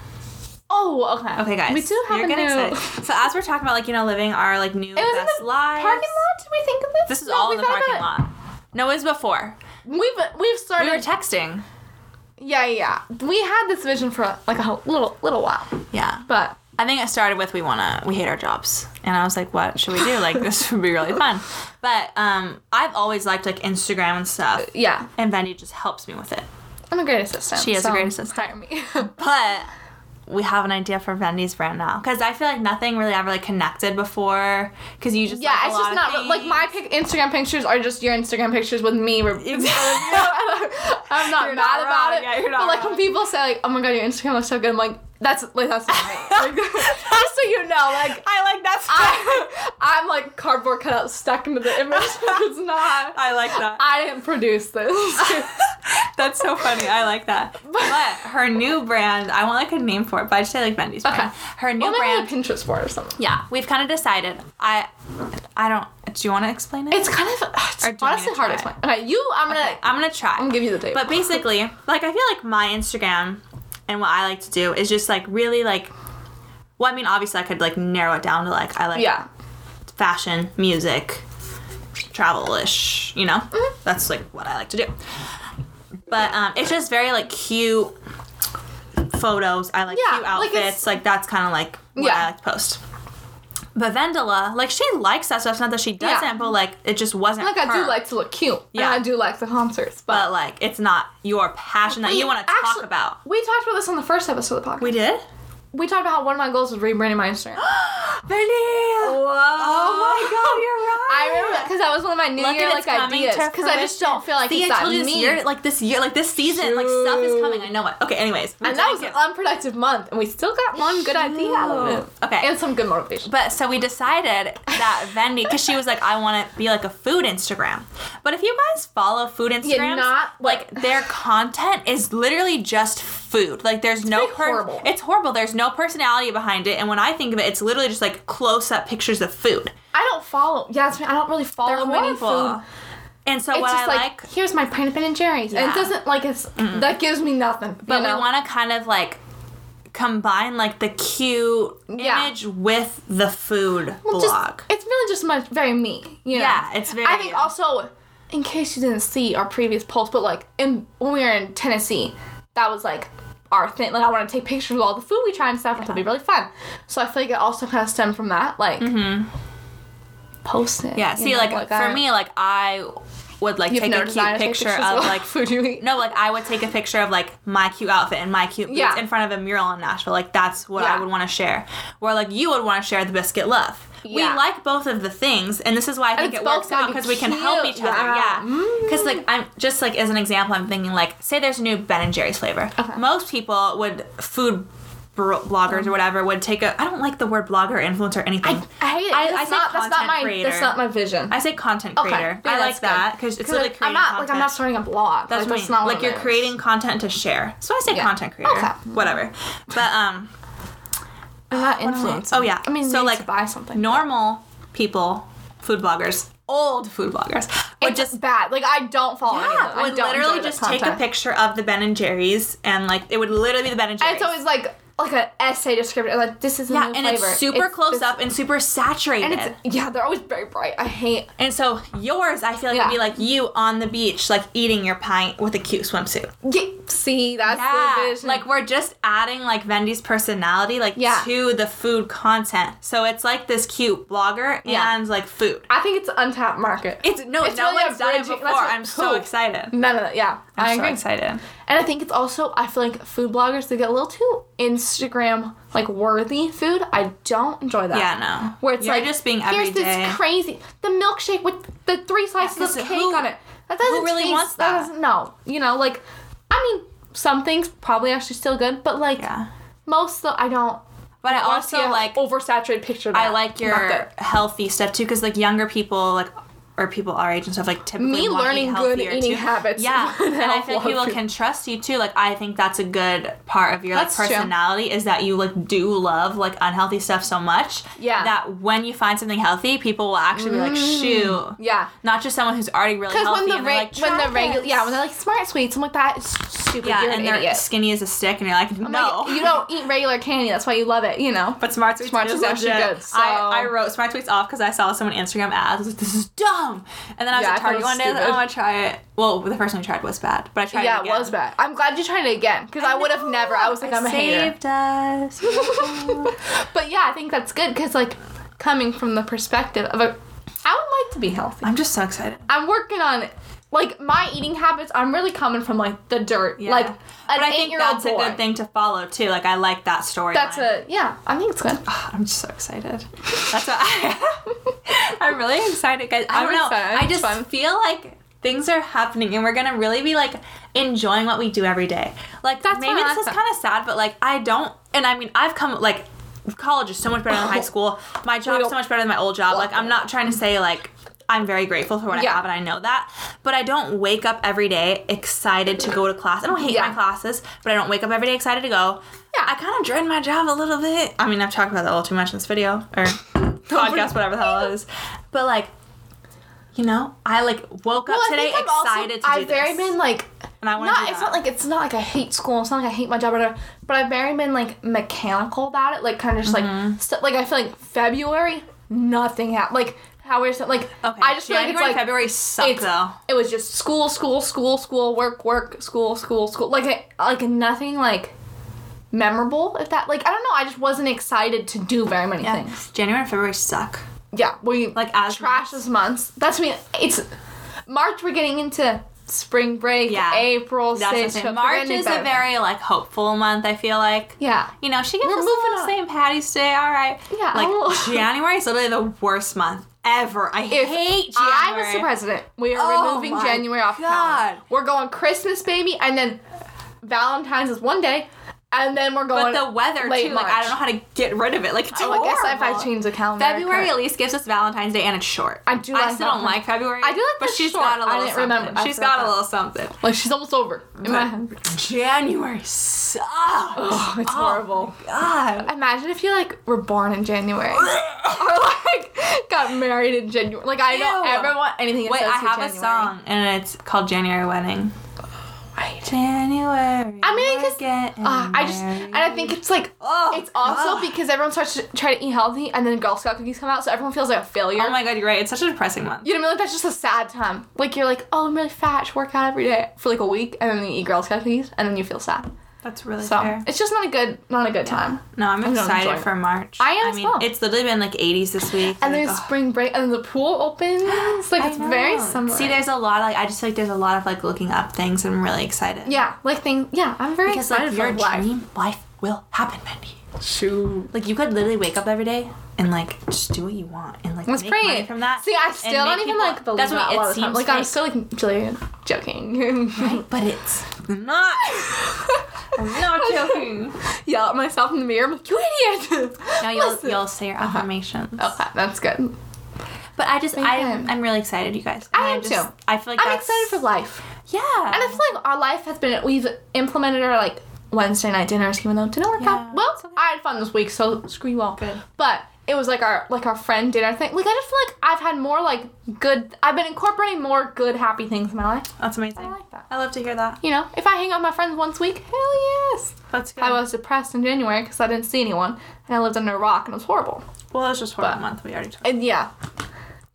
Oh, okay. Okay, guys. We do have you're a getting new. excited. So as we're talking about like you know living our like new It was best in the lives. parking lot. Did we think of this? This is No, all we in the thought parking about it. lot. No, it was before. We've we've We started. were texting. yeah, yeah. yeah. We had this vision for like a little little while, Yeah. but I think it started with we wanna we hate our jobs, and I was like, what should we do? Like this would be really fun. But um, I've always liked like Instagram and stuff, yeah, and Vendy just helps me with it. I'm a great assistant. She is a so great assistant. Hire me. But we have an idea for Vendy's brand now because I feel like nothing really ever like connected before because you just yeah, like, a it's lot just of not like my pic- Instagram pictures are just your Instagram pictures with me. re- I'm not You're mad not about wrong. it. Yeah, you're but not like wrong. when people say like, "Oh my god, your Instagram looks so good," I'm like, "That's like that's not me." Like, just so you know, like I like that. I I'm like cardboard cutout stuck into the image. it's not. I like that. I didn't produce this. That's so funny. I like that. But her new brand, I want like a name for it, but I just say like Vendy's brand. Okay. Her new Well, maybe brand. like Pinterest for it or something. yeah, we've kind of decided. I, I don't. Do you want to explain it? It's kind of it's Or do you want me honestly to hard to try explain. Okay, you. I'm gonna. I'm gonna try. I'm gonna give you the date. But basically, like I feel like my Instagram and what I like to do is just like really like. Well, I mean, obviously, I could like narrow it down to like I like yeah, fashion, music, travel ish, you know? Mm-hmm. That's like what I like to do. But um, it's just very like cute photos. I like Yeah, cute like, outfits. it's- Like, that's kind of like what Yeah. I like to post. But Vendela, like she likes that stuff. It's not that she doesn't, but like it just wasn't. like I do her. like to look cute. Yeah. and I do like the concerts, but. but like it's not your passion that you We want to actually- talk about. We talked about this on the first episode of the podcast. We did. We talked about how one of my goals was rebranding my Instagram. Vendela. Oh my I god, you're right. remember that because that was one of my New Look Year at it's like ideas. Because I just don't feel like See, it's I that told you this me. year, like this year, like this season, like stuff is coming. I know it. Okay, anyways, and that was an unproductive month, and we still got one good idea out of it. Okay. and some good motivation. but so we decided that Vendy, because she was like, I want to be like a food Instagram. But if you guys follow food Instagrams, not- like their content is literally just food. Like there's no pretty horrible. It's horrible. There's no personality behind it. And when I think of it, it's literally just like close up pictures of food. I don't follow. Yeah, that's me. I don't really They're follow any horrible. food. And so It's what just I like, here's my Pin and Jerry's. And Yeah. it doesn't like it's that gives me nothing. but we want to kind of like combine like the cute Yeah. image with the food blog. Just, it's really just much very me. You know? Yeah, it's very I think you. also, in case you didn't see our previous post, but like in when we were in Tennessee, that was like our thing. Like I want to take pictures of all the food we try and stuff. It'll be really fun. So I feel like it also kind of stemmed from that, like post it. Mm-hmm. yeah, you see, know, like, for I- me, like I would like you've take a noticed cute I take picture pictures of all like the food you eat. no, like I would take a picture of like my cute outfit and my cute boots Yeah. in front of a mural in Nashville. Like that's what I Yeah. would want to share. Where like you would want to share the biscuit love. Yeah. We like both of the things, and this is why I think it's it both works gonna out be because we can help cute. each other. Yeah. Mm. Yeah, because like I'm just like as an example, I'm thinking like say there's a new Ben and Jerry's flavor. Okay. Mm. Most people would food bro- bloggers or whatever would take a. I don't like the word blogger, influencer, anything. I hate it. I- I that's, say not, that's not content my creator. that's not my vision. I say content Okay, creator. yeah, I like that's good. that because it's literally like, creating I'm not content. like I'm not starting a blog. That's like, what that's I not mean. what like you're mine is. creating content to share. So I say Yeah. content creator. Okay. Whatever. But um I'm not am I- influencing. oh, yeah. I mean, So, so like, like buy something. normal people, food bloggers, old food bloggers would it's just just bad. Like I don't follow any of yeah, them. would I don't literally enjoy just that take a content. picture of the Ben and Jerry's and like it would literally be the Ben and And Jerry's. it's always like like an essay description. Like this is a Yeah, new and flavor. it's super close this- up and super saturated. And it's yeah, they're always very bright. I hate And so yours, I feel like Yeah. would be like you on the beach, like eating your pint with a cute swimsuit. yeah, see that's the vision. like we're just adding like Vendy's personality, like Yeah. to the food content. So it's like this cute blogger Yeah. and like food. I think it's untapped market. It's no, no really one's done it abridging- before. that's what- I'm so who? excited. None of that. Yeah, I'm I so agree. excited. And I think it's also I feel like food bloggers they get a little too Instagram like worthy food. I don't enjoy that. Yeah, no. Where it's You're like just being here's everyday." this crazy the milkshake with the three slices Yeah, of 'cause cake who- on it. That doesn't really taste, wants that? doesn't- no, you know, like I mean some things probably actually still good, but like Yeah. most though I don't. But I wanna see also a like oversaturated picture. Of I that. like Not good. your healthy stuff too, because like younger people, like or people our age and stuff, like typically Me want to eat learning good healthier, eating too. habits Yeah, would and I help feel a like lot people too. can trust you too. Like I think that's a good part of your like That's true. personality is that you like do love like unhealthy stuff so much. Yeah. Mm. That when you find something healthy, people will actually be like, shoot. Yeah. Not just someone who's already really Because healthy. when the and re- they're like, when "Try the regular this." yeah when they're like smart sweets I'm like that is stupid yeah, you're and an they're idiot skinny as a stick, and you're like, I'm no, like, you don't eat regular candy that's why you love it you know But Smart Tweets Smart is Tweets actually legit. good, so- I, I wrote Smart Tweets off because I saw someone Instagram ads. I was like, this is dumb. And then I was Yeah, at I thought it Target was one day. I was like, stupid. I'm gonna try it. Well, the first one we tried was bad, but I tried yeah it it again. was bad I'm glad you tried it again because I, would have never I was like I'm a hater saved us. but yeah I think that's good because like coming from the perspective of a I would like to be healthy I'm just so excited. I'm working on it like my eating habits I'm really coming from like the dirt Yeah. like an but I think eight-year-old that's a boy. good thing to follow too. Like I like that story. that's a yeah I think it's good I'm just so excited. That's what I, I'm really excited, guys. I I'm don't know. excited. I It's just fun. feel like things are happening, and we're gonna really be like enjoying what we do every day. Like That's maybe what I this is thought. kind of sad, but like I don't. And I mean, I've come like college is so much better than Oh. high school. My job is don't- so much better than my old job. Like I'm not trying to say like. I'm very grateful for what I Yeah. have, and I know that. But I don't wake up every day excited to go to class. I don't hate Yeah. my classes, but I don't wake up every day excited to go. Yeah. I kind of dread my job a little bit. I mean, I've talked about that a little too much in this video or podcast, whatever the hell it is. But like, you know, I like woke up Well, I today think I'm also- excited to do I've very this. been like, And I wanna not. do It's that. not like it's not like I hate school. It's not like I hate my job or whatever. But I've very been like mechanical about it. Like kind of just Mm-hmm. like st- like I feel like February nothing happened. Like how we're so- like okay, I just feel like January it's like and February suck it's, though. it was just school, school, school, school, work, work, school, school, school. Like it, like nothing like memorable. If that like I don't know. I just wasn't excited to do very many Yeah. things. January and February suck. Yeah, we Like, as trash as months. That's me. It's March. We're getting into spring break. Yeah. April. That's the stage thing. shift, we're March getting is a better. very like hopeful month. I feel like. yeah. You know, she gets We're us moving moving on. St. Patty's Day. All right. Yeah, Like I'll- January is literally the worst month ever. I If hate January. I was the president, we are Oh removing my January off. the calendar. God. We're going Christmas, baby, and then Valentine's is one day, and then we're But going. the weather late too. Like I March. don't know how to get rid of it. Like it's Oh, I guess if horrible. I change the calendar. February correct. at least gives us Valentine's Day and it's short. I do I like still don't Valentine's- like February. I do like but the she's short. got a I little didn't something. remember. I She's forgot got a that. little something. Like she's almost over. In my head. January sucks. Oh, it's Oh. horrible. God. Imagine if you like were born in January. or like got married in January. Like I don't Ew. ever want anything. Wait, I associated have with a January. song and it's called January Wedding. Right. January. I mean, because getting Ah, I just and I think it's like Oh, it's also God. because everyone starts to try to eat healthy, and then Girl Scout cookies come out, so everyone feels like a failure. Oh my god, you're right. It's such a depressing month. you know what I mean? Like that's just a sad time. Like you're like, oh, I'm really fat. I should work out every day for like a week, and then you eat Girl Scout cookies, and then you feel sad. That's really So fair. it's just not a good, not a good time. No, I'm don't excited enjoy it. for March. I am I as mean, well. it's literally been like 80s this week. And like, then ugh. spring break, and then the pool opens. Like I it's very know. summer. See, there's a lot. Like I just feel like there's a lot of like looking up things. and I'm really excited. yeah, like things. Yeah, I'm very because excited like your for life. dream life will happen, Mindy. Shoot. Like you could literally wake up every day and like just do what you want and like That's make great. money from that. See, I and still make don't even people- like believe that's that what a lot it of the time. seems Like, I'm still like Julian joking. like, but it's not. I'm not joking. Yell at myself in the mirror. I'm like, you idiot. No, you'll Listen. Uh-huh. Oh. you'll say your affirmations. Okay, that's good. But I just Okay. I I'm really excited, you guys. I And am just- too. I feel like I'm that's- excited for life, yeah. and I feel like our life has been we've implemented our like Wednesday night dinners, even though it didn't work Yeah, out. Well, it's okay. I had fun this week, so screw you all. Good. But it was like our like our friend did our thing. Like I just feel like I've had more like good. I've been incorporating more good happy things in my life. That's amazing. I like that. I love to hear that. You know, if I hang out with my friends once a week, hell yes. That's good. I was depressed in January because I didn't see anyone and I lived under a rock and it was horrible. well, it's just horrible But- month. We already talked. And yeah, It's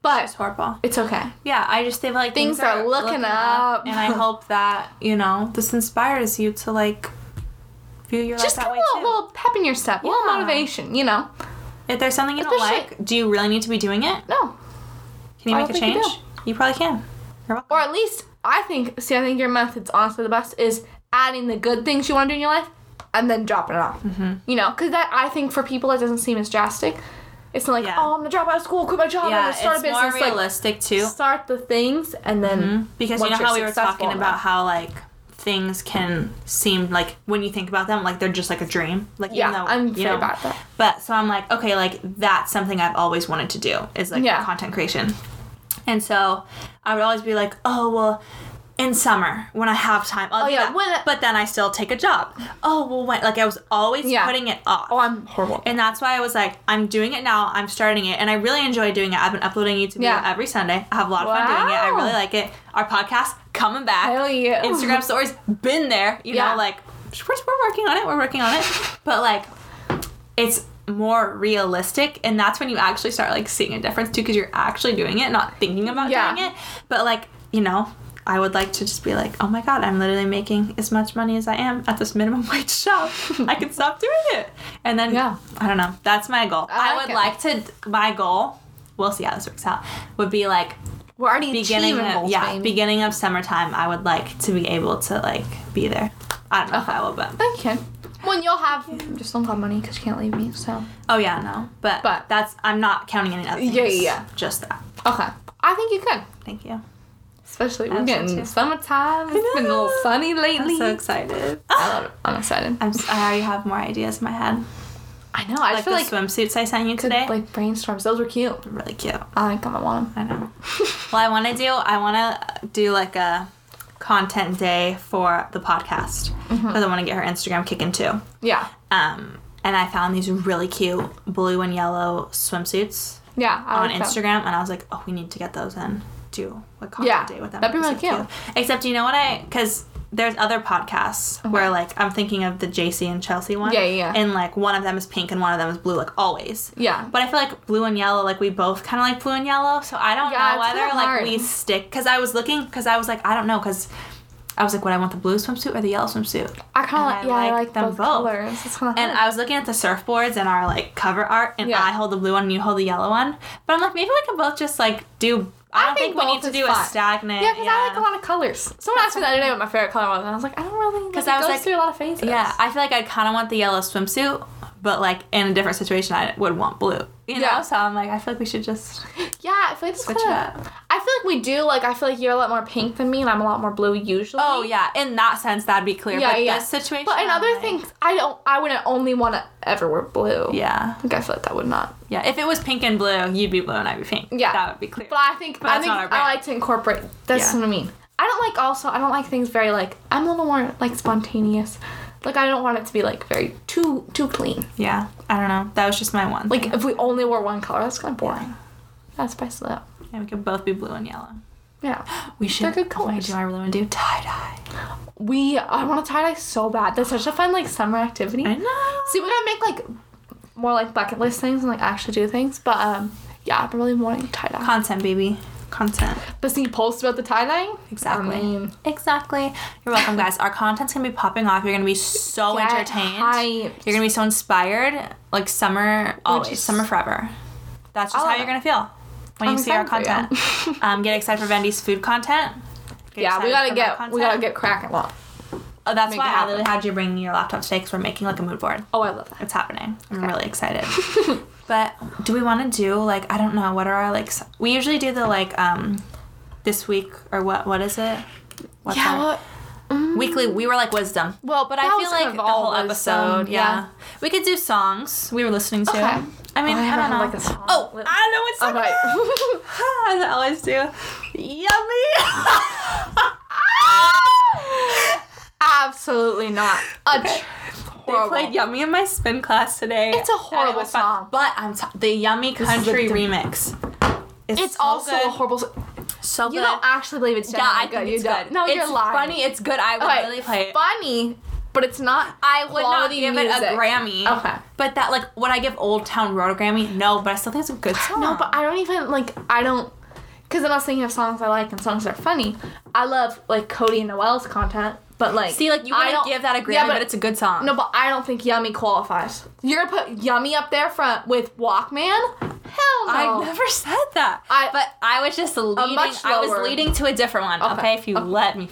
but horrible. it's okay. Yeah, I just feel like Things are looking up. and I hope that you know this inspires you to like view your Just life that give a way little, too. little pep in your step, a little Yeah. motivation. You know, if there's something you don't Especially- like, do you really need to be doing it? no, Can you I make a don't think you change? You, probably can. You're welcome. or at least I think. See, I think your method's honestly the best is adding the good things you want to do in your life and then dropping it off. Mm-hmm. You know, because that I think for people that doesn't seem as drastic. It's not like Yeah. oh I'm gonna drop out of school, quit my job, I'm yeah, gonna start it's a business. more Like, realistic too. Mm-hmm. start the things and then Because once you know you're how we were successful talking in about that. how like things can seem like when you think about them, like they're just like a dream. Like yeah, even though, I'm you very know, bad at that. But so I'm like, okay, like that's something I've always wanted to do is like Yeah. content creation. And so I would always be like, oh well, in summer when I have time, I'll Oh, do yeah, that. when- but then I still take a job. Oh well, when like I was always Yeah. putting it off. Oh, I'm horrible. And that's why I was like, I'm doing it now. I'm starting it, and I really enjoy doing it. I've been uploading YouTube video Yeah. every Sunday. I have a lot of fun doing it. I Wow. really like it. Our podcast coming back. Hell yeah. Instagram stories been there. You Yeah. know, like we're, we're working on it. We're working on it. But like, it's more realistic, and that's when you actually start like seeing a difference too, because you're actually doing it, not thinking about Yeah. doing it. But like, you know. I would like to just be like, oh my god, I'm literally making as much money as I am at this minimum wage job. I can stop doing it. And then Yeah. I don't know. That's my goal. I I, like would it. like to. My goal. We'll see how this works out. Would be like We're already beginning achieving of goals, yeah babe. beginning of summertime. I would like to be able to like be there. I don't know if I will, but Thank you. Well, you'll have just don't have money because you can't leave me. So oh yeah, no. But But- that's I'm not counting any other things. Yeah, yeah, yeah. Just that. okay, I think you could, Thank you. especially I we're think so, getting too. summertime. It's been a little know. Ah. sunny I'm lately. so excited. I love it. I'm excited. I'm si already have more ideas in my head. I know. Like I just the feel like swimsuits I sent you could, today. like brainstorms. Those were cute. really cute. I think I'm gonna want them. I know. well, I want to do. I want to do like a content day for the podcast because Mm-hmm. I want to get her Instagram kicking too. Yeah, Um, and I found these really cute blue and yellow swimsuits yeah. Oh, I on like that. Instagram, and I was like, oh, we need to get those and do a content Yeah, day with them. that'd be It's really so Except you know what I because. There's other podcasts where like I'm thinking of the JC and Chelsea one. Yeah, yeah, yeah. And like one of them is pink and one of them is blue, like always. Yeah. But I feel like blue and yellow, like we both kind of like blue and yellow. So I don't Yeah, know it's whether kinda like hard. we stick. Because I was looking, because I was like, I don't know, because I was like, would I want the blue swimsuit or the yellow swimsuit? I kind of like. and Yeah, I like I like them both, both. colors. It's kind of And I was looking at the surfboards and our like cover art, and Oh. Yeah. I hold the blue one and you hold the yellow one. But I'm like, maybe we can both just like do. I I don't think, think we both need to do is fine. a stagnant. yeah, because I like a lot of colors. Someone asked me the other day what my favorite color was, and I was like, I don't really. Because I I was was goes like- through a lot of phases. Yeah, I feel like I kind of want the yellow swimsuit, but like in a different situation, I would want blue. You know, Yeah. so I'm like, I feel like we should just Yeah, I feel like it's switch kinda- it up. I feel like we do. Like I feel like you're a lot more pink than me, and I'm a lot more blue usually. Oh yeah, in that sense, that'd be clear. Yeah, but yeah. this situation, But in I'm other like- things, I don't. I wouldn't only want to ever wear blue. yeah, Like I feel like that would not. yeah. If it was pink and blue, you'd be blue and I'd be pink. Yeah. that would be clear. But I think But I that's think not our I brand. like to incorporate. That's Yeah. what I mean. I don't like also. I don't like things very like. I'm a little more like spontaneous. Like I don't want it to be like very too too clean. yeah, I don't know. That was just my one. Like if we only wore one color, that's kind of boring. That's spice it up. yeah, we could both be blue and yellow. Yeah. We should. good Oh my colors. God, I really want to do tie dye. We. I want to tie dye so bad. That's such a fun like summer activity. know. See, we gotta make like more like bucket list things and like actually do things. But um, yeah, I've been really wanting tie dye. Content, baby. Content. But see, posts about the tie dyeing. Exactly. I mean, Exactly. You're welcome, guys. Our content's gonna be popping off. You're gonna be so Get entertained. hyped. You're gonna be so inspired. Like summer, always just- summer forever. That's just I how love you're gonna it. feel when I'm you see our excited for content. um, get excited for Vendy's food content. Get yeah, we excited gotta for get my we gotta get cracking. Well, Oh, that's make why it I literally happen. had you bring your laptop today because we're making like a mood board. oh, I love that. It's happening. I'm really excited. but do we want to do like I don't know what are our like s- we usually do the like um this week or what what is it? What's yeah. our- Well, mm. weekly we were like wisdom. Well, but that I feel was like kind of the all whole wisdom, episode, yeah. yeah. We could do songs we were listening to. Okay. I mean, I I, don't haven't know. had, like, a song oh, lit- I know it's all okay. right. As I always do. Yummy. Absolutely not. A tr- horrible. They played "Yummy" in my spin class today. It's a and it horrible was fun. song. But I'm t- the "Yummy is Country" the- remix. it's so also good, a horrible. s- So good. You don't actually believe it's yeah, I genuinely think good. it's you good. don't. No, it's you're lying. funny. It's good. I would Okay, really play it. funny, but it's not. I would not quality give it music. a Grammy. Okay. But that, like, would I give Old Town Road a Grammy? No, but I still think it's a good song. No, but I don't even like. I don't. Because then I was thinking of songs I like and songs that are funny. I love like Cody and Noel's content, but like see, like, you I wouldn't don't- give that a Grammy, Yeah, but, it's a good song. no, but I don't think Yummy qualifies. You're gonna put Yummy up there front with Walkman? Hell no. I never said that. I- but I was just leading. much I lower. was leading to a different one. Okay. Okay, if you Okay. let me.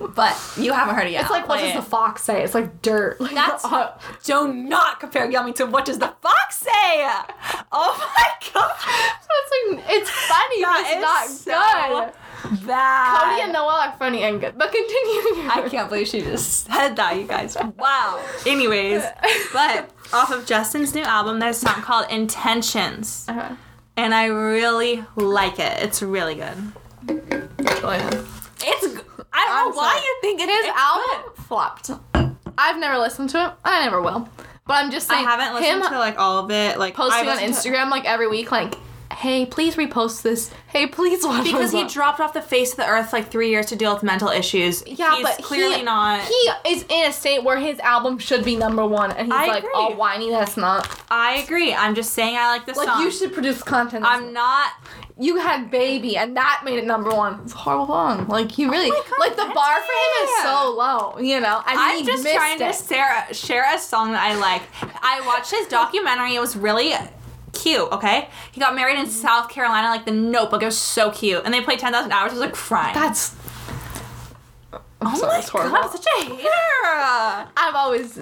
But you haven't heard it yet. it's like what does the fox say? It's like dirt. Like, That's- uh, Do not compare Yummy to what does the fox say? Oh my god. so it's like it's funny, but That it's is not so good. Bad. Cody and Noel are funny and good, but continue. I can't believe she just said that, you guys. Wow. Anyways, but off of Justin's new album, there's a song called Intentions. Okay. And I really like it. It's really good. It's. g- I don't I'm know why sorry. you think it His is album flopped. I've never listened to it. I never will. But I'm just I saying. haven't listened him to like all of it. Like I posting on listened to- Instagram like every week, like, "Hey, please repost this. Hey, please watch." because my he vlog." dropped off the face of the earth like three years to deal with mental issues. Yeah, He's but clearly he, not. He is in a state where his album should be number one, and he's I like, agree. "Oh, whiny, that's not." I agree. I'm just saying I like this Like, song. you should produce content. that's I'm not. you had baby and that made it number one. It's a horrible song. Like you Oh really my God, like the that's bar for him is it. so low. You know, and I'm he just missed trying it. to share, share a song that I like. I watched his documentary. It was really cute, okay? He got married Mm. in South Carolina, like the notebook. It was so cute. And they played 10,000 Hours. I was like crying. That's. I'm oh sorry, my it's horrible. God, I'm such a hater. I've always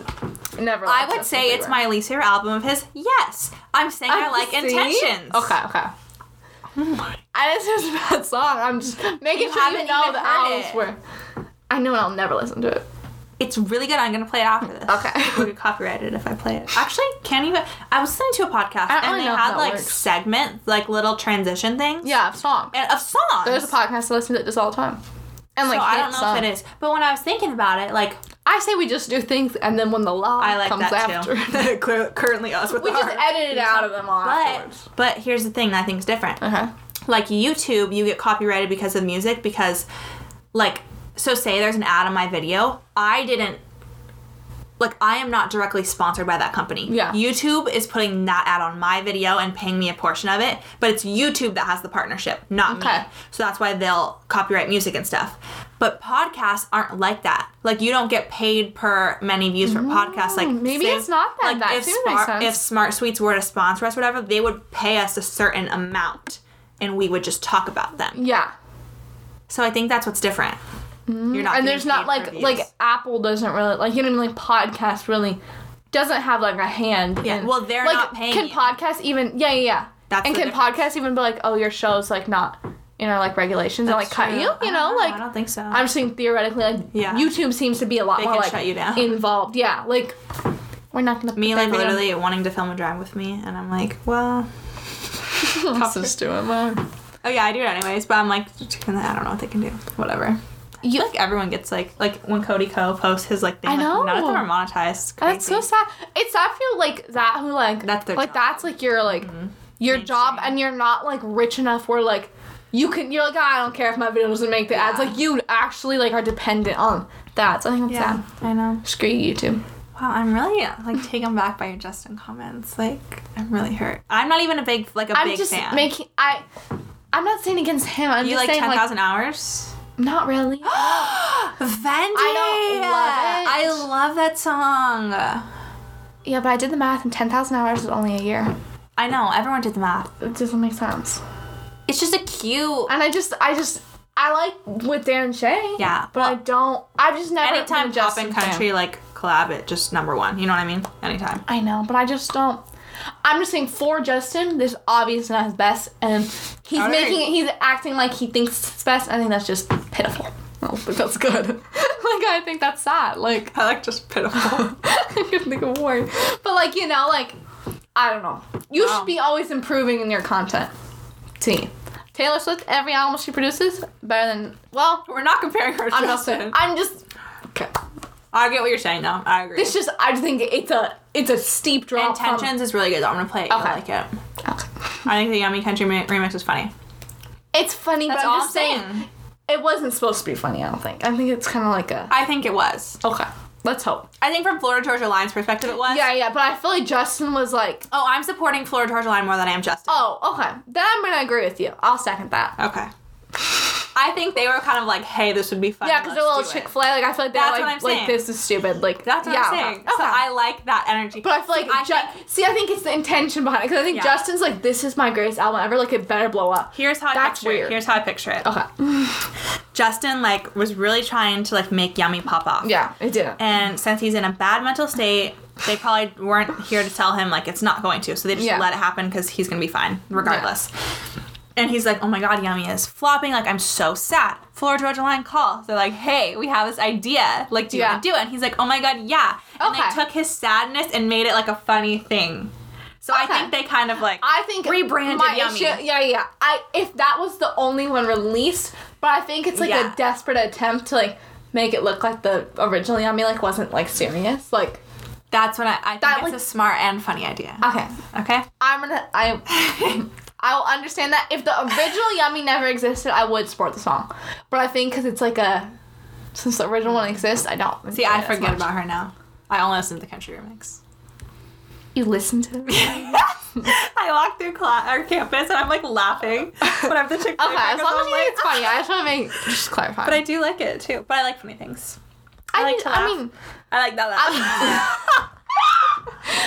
never. I liked would it, say it's Bieber. my least favorite album of his. Yes. I'm saying i Uh, like see? Intentions. Okay, okay. I just it's a bad song. I'm just making Oh You sure you haven't know even the heard albums it. were. I know, and I'll never listen to it. It's really good. I'm going to play it after this. Okay. We'll get copyrighted if I play it. Actually, can't even. I was listening to a podcast I and don't really they know how had that like works. segments, like little transition things. Yeah, song. And of songs. There's a podcast I listen to that does all the time. And like, so I hit don't know songs. if it is. But when I was thinking about it, like I say we just do things, and then when the law I like comes that after, too. Clear- Currently us with we our- just edit it out of them all afterwards. But but here's the thing that I think is different. Okay. Like YouTube, you get copyrighted because of music because, like, so say there's an ad on my video, I didn't. Like I am not directly sponsored by that company. Yeah. YouTube is putting that ad on my video and paying me a portion of it, but it's YouTube that has the partnership, not Okay. me. So that's why they'll copyright music and stuff. But podcasts aren't like that. Like you don't get paid per many views for podcasts. Like maybe it's not then. That if, seems makes Smart- sense. if Smart Suites were to sponsor us, whatever, they would pay us a certain amount, and we would just talk about them. Yeah. So I think that's what's different. You're not Mm-hmm. And getting there's paid not for like views. like Apple doesn't really like you know what I mean like podcast really doesn't have like a hand. Yeah, in- well, they're like, not paying Can you. podcasts even? Yeah, yeah, yeah. That's and the can difference. podcasts even be like, oh, your show's like not in our like regulations and like That's cut true. you? I don't You know, like I don't think so. I'm just saying theoretically, like Yeah. YouTube seems to be a lot They more can like shut you down. involved. Yeah, like we're not gonna me put like that down. literally wanting to film a drive with me, and I'm like, well, This is doing well. oh yeah, I do it anyways. But I'm like, I don't know what they can do. Whatever. You like everyone gets like like when Cody Co posts his like thing. I like, none of know. them are monetized. It's That's so crazy. sad. It's sad for you, like that who like That's their like job. Mm-hmm. that's like your like your job, and you're not like rich enough where like you can. You're like "Ah, I don't care if my video doesn't make the ads. Yeah. Like you actually like are dependent on that. So I think that's Yeah, sad. I know. Screw you, YouTube. Wow, I'm really like taken back by your Justin comments. Like, I'm really hurt. I'm not even a big like a I'm big just fan. making I. I'm not saying against him. I'm you just like saying ten like thousand hours? not really. Vendy. I don't I love love it. that song. yeah, but I did the math, and ten thousand hours is only a year. I know everyone did the math. It doesn't make sense. It's just a cute. And I just, I just, I like with Darren Shay. Yeah, but I don't. I've just never. been Anytime a Pop Justin and fan. Country like collab, it just number one. You know what I mean? Anytime. I know, but I just don't. I'm just saying for Justin, this obviously not his best, and he's All right. making it. He's acting like he thinks it's his best. I think that's just pitiful. I don't think that's good. like I think that's sad. Like I like just pitiful. I couldn't think of a word, but like you know, like I don't know. You Wow. should be always improving in your content. See, Taylor Swift, every album she produces better than well. We're not comparing her. to I'm just Justin. I'm just okay. I get what you're saying though. I agree. It's just I think it's a it's a steep drop. from- Intentions is really good though. I'm gonna play it. Okay. I like it. I think the Yummy Country re- remix is funny. It's funny, That's but all I'm just saying, it wasn't supposed to be funny. I don't think. I think it's kind of like a I think it was. okay. Let's hope. I think from Florida Georgia Line's perspective, it was. Yeah, yeah. But I feel like Justin was like, Oh, I'm supporting Florida Georgia Line more than I am Justin. oh, okay. Then I'm gonna agree with you. I'll second that. Okay. I think they were kind of like, hey, this would be fun. Yeah, because they're let's little do Chick it. Fil A. Like I feel like they're That's like, what I'm saying. like this is stupid. Like That's what yeah, I'm saying. Okay. So Okay. I like that energy. But I feel like I Ju- think- see, I think it's the intention behind it because I think Yeah. Justin's like, this is my greatest album ever. Like it better blow up. here's how I That's picture weird. it. Here's how I picture it. Okay. Justin like was really trying to like make Yummy pop off. Yeah, it didn't. And since he's in a bad mental state, they probably weren't here to tell him like it's not going to. So they just Yeah. let it happen because he's gonna be fine regardless. And he's like, oh my god, Yummy is flopping. Like I'm so sad. Florida Georgia Line call. They're like, hey, we have this idea. Like, do you Yeah. want to do it? And he's like, oh my god, yeah. And Okay. they took his sadness and made it like a funny thing. So Okay. I think they kind of like I think rebranded my Yummy. issue- yeah, yeah. I if that was the only one released, but I think it's like Yeah. a desperate attempt to like make it look like the original Yummy like wasn't like serious. Like That's what I, I think That, it's like- a smart and funny idea. okay, Okay. I'm gonna I. I will understand that if the original Yummy never existed, I would support the song. But I think because it's like a since the original one exists, I don't. See, enjoy I it as forget much. about her now. I only listen to the country remix. you. Listen to it. okay. I walk through cla- our campus and I'm like laughing when I'm the chick. As long as you think it's funny, I just want to make just clarify. But I do like it too. But I like funny things. I, like mean- to I laugh. mean, I like that. I-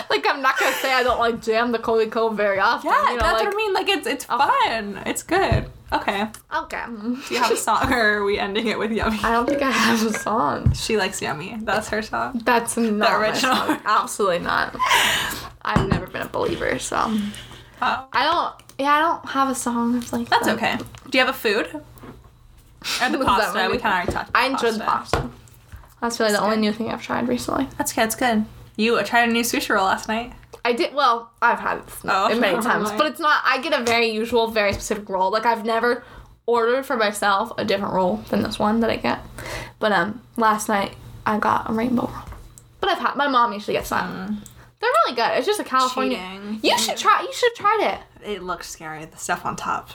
like I'm not gonna say I don't like jam the Coley Cove very often. yeah, you know, that's like, Oh. what I mean. Like it's it's fun. It's good. Okay. Okay. mm. Do you have a song or are we ending it with Yummy? I don't think I have a song. she likes Yummy. That's her song. That's not my original. song. Absolutely not. I've never been a believer, so I Oh. don't. Yeah, I don't have a song that's like. That's that. okay. Do you have a food? Or the Is that pasta. what We it- kind of already talked. About I enjoyed the pasta. That's really the only good. new thing I've tried recently. That's good. That's good. You tried a new sushi roll last night. I did well. I've had it Oh, many never times, mind. but it's not. I get a very usual, very specific roll. Like I've never ordered for myself a different roll than this one that I get. But um, last night I got a rainbow roll. But I've had my mom usually gets that. They're really good. It's just a California. Mm. Cheating. You should try. You should try it. It looked scary. The stuff on top.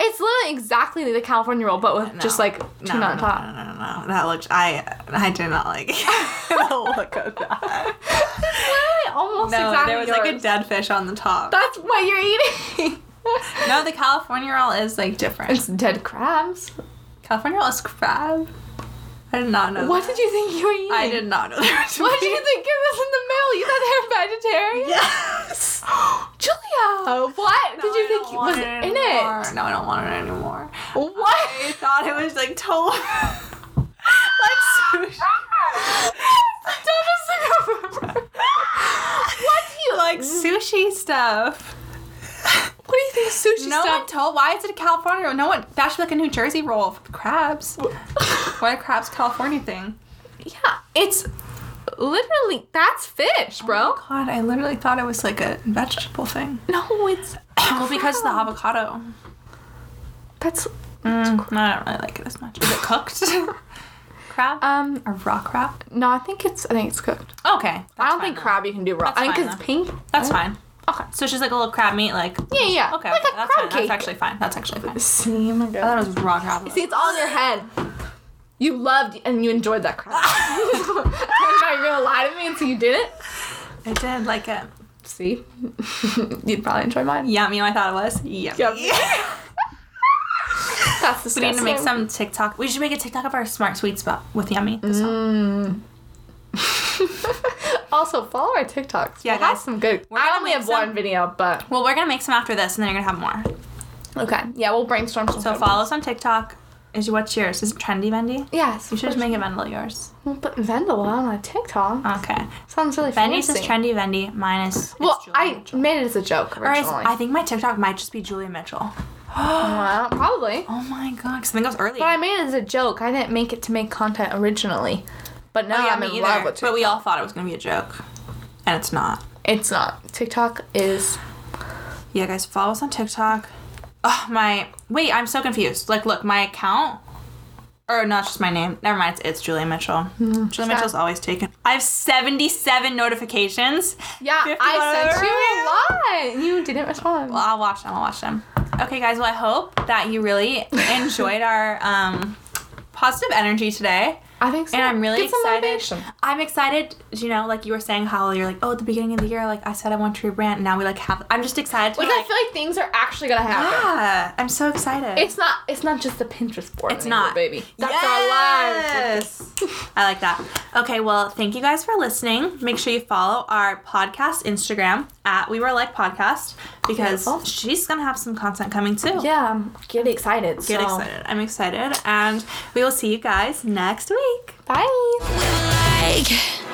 It's literally exactly the California roll, but with No. just like no, tuna no, on no, top. No, no, no, no. That looked. I I did not like the look of that. Literally Almost no, exactly. there was like a yours. dead fish on the top. That's what you're eating. no, the California roll is like different. It's dead crabs. California roll is crab. I did not know. What that. did you think you were eating? I did not know there was. What do you think it was in the mail? You thought they were vegetarian? Yes. Julia, what No, did you I think don't was want in anymore. it? No, I don't want it anymore. What? I thought it was like told. like sushi. Dumbest thing I've ever- What do you like sushi stuff. What do you think of sushi No one stuff? told. Why is it a California roll? No one. That should be like a New Jersey roll for crabs. Why are crabs a California thing? yeah, it's literally that's fish, bro. God, I literally thought it was like a vegetable thing. no, it's well, because of the avocado. that's Mm, I don't really like it as much. Is it cooked? crab? um or raw crab? no, I think it's I think it's cooked. Okay. I don't that's fine think then. crab you can do raw. That's I think fine, it's though. pink. That's right? fine. Okay. So it's just like a little crab meat, like. Okay, Yeah, yeah. okay, like a that's crab fine. cake. That's actually fine. That's actually fine. See, my I God. thought it was raw crab. See, it's all in your head. You loved and you enjoyed that crap. now you're gonna lie to me until you did it. I did like it. See, you'd probably enjoy mine. Yummy, you know what I thought it was? Yummy. Yummy. That's We disgusting. Mm. need to make some TikTok. We should make a TikTok of our smart sweet spot with Yummy. the song. also, follow our TikToks. Yeah, we have guys. some good. We're I gonna only make have some- one video, but Well, we're gonna make some after this, and then you're gonna have more. okay. Yeah, we'll brainstorm some. So good follow ones. us on TikTok. Is what's yours? Is it trendy Bendy? Yes, You should just make it Uh, Vendel yours. We'll put Vendel on a TikTok. Okay. Sounds really Bendy's fancy. is trendy Vendy. Mine is it's well, Julia I Mitchell. made it as a joke Or is, originally. I think my TikTok might just be Julia Mitchell. Well, probably. Oh my god, because I think it was early. But I made it as a joke. I didn't make it to make content originally. But now Oh, yeah, I'm me in either. love with TikTok. But we all thought it was gonna be a joke, and it's not. it's not. TikTok is. Yeah, guys, follow us on TikTok. Oh my, wait, I'm so confused. Like, look, my account Or not just my name. Never mind. It's, it's Julia Mitchell. Mm-hmm. Julia Mitchell's always taken. I have 77 notifications. Yeah, 51 I sent you a lot. You didn't respond. Well, I'll watch them. I'll watch them. Okay, guys. Well, I hope that you really enjoyed our um, positive energy today. I think so. And I'm really Get some excited. motivation. I'm excited. You know, like you were saying, Holly, you're like, oh, at the beginning of the year, like I said, I want to rebrand. and Now we like have. I'm just excited. To, Like, like, I feel like things are actually gonna happen. yeah, Ah, I'm so excited. It's not. It's not just the Pinterest board. It's not. baby. That's our lives. yes! I like that. Okay, well, thank you guys for listening. Make sure you follow our podcast Instagram at We Were Like Podcast because Beautiful. she's gonna have some content coming too. Yeah, I'm get excited. Get so. excited. I'm excited. And we will see you guys next week. Bye. like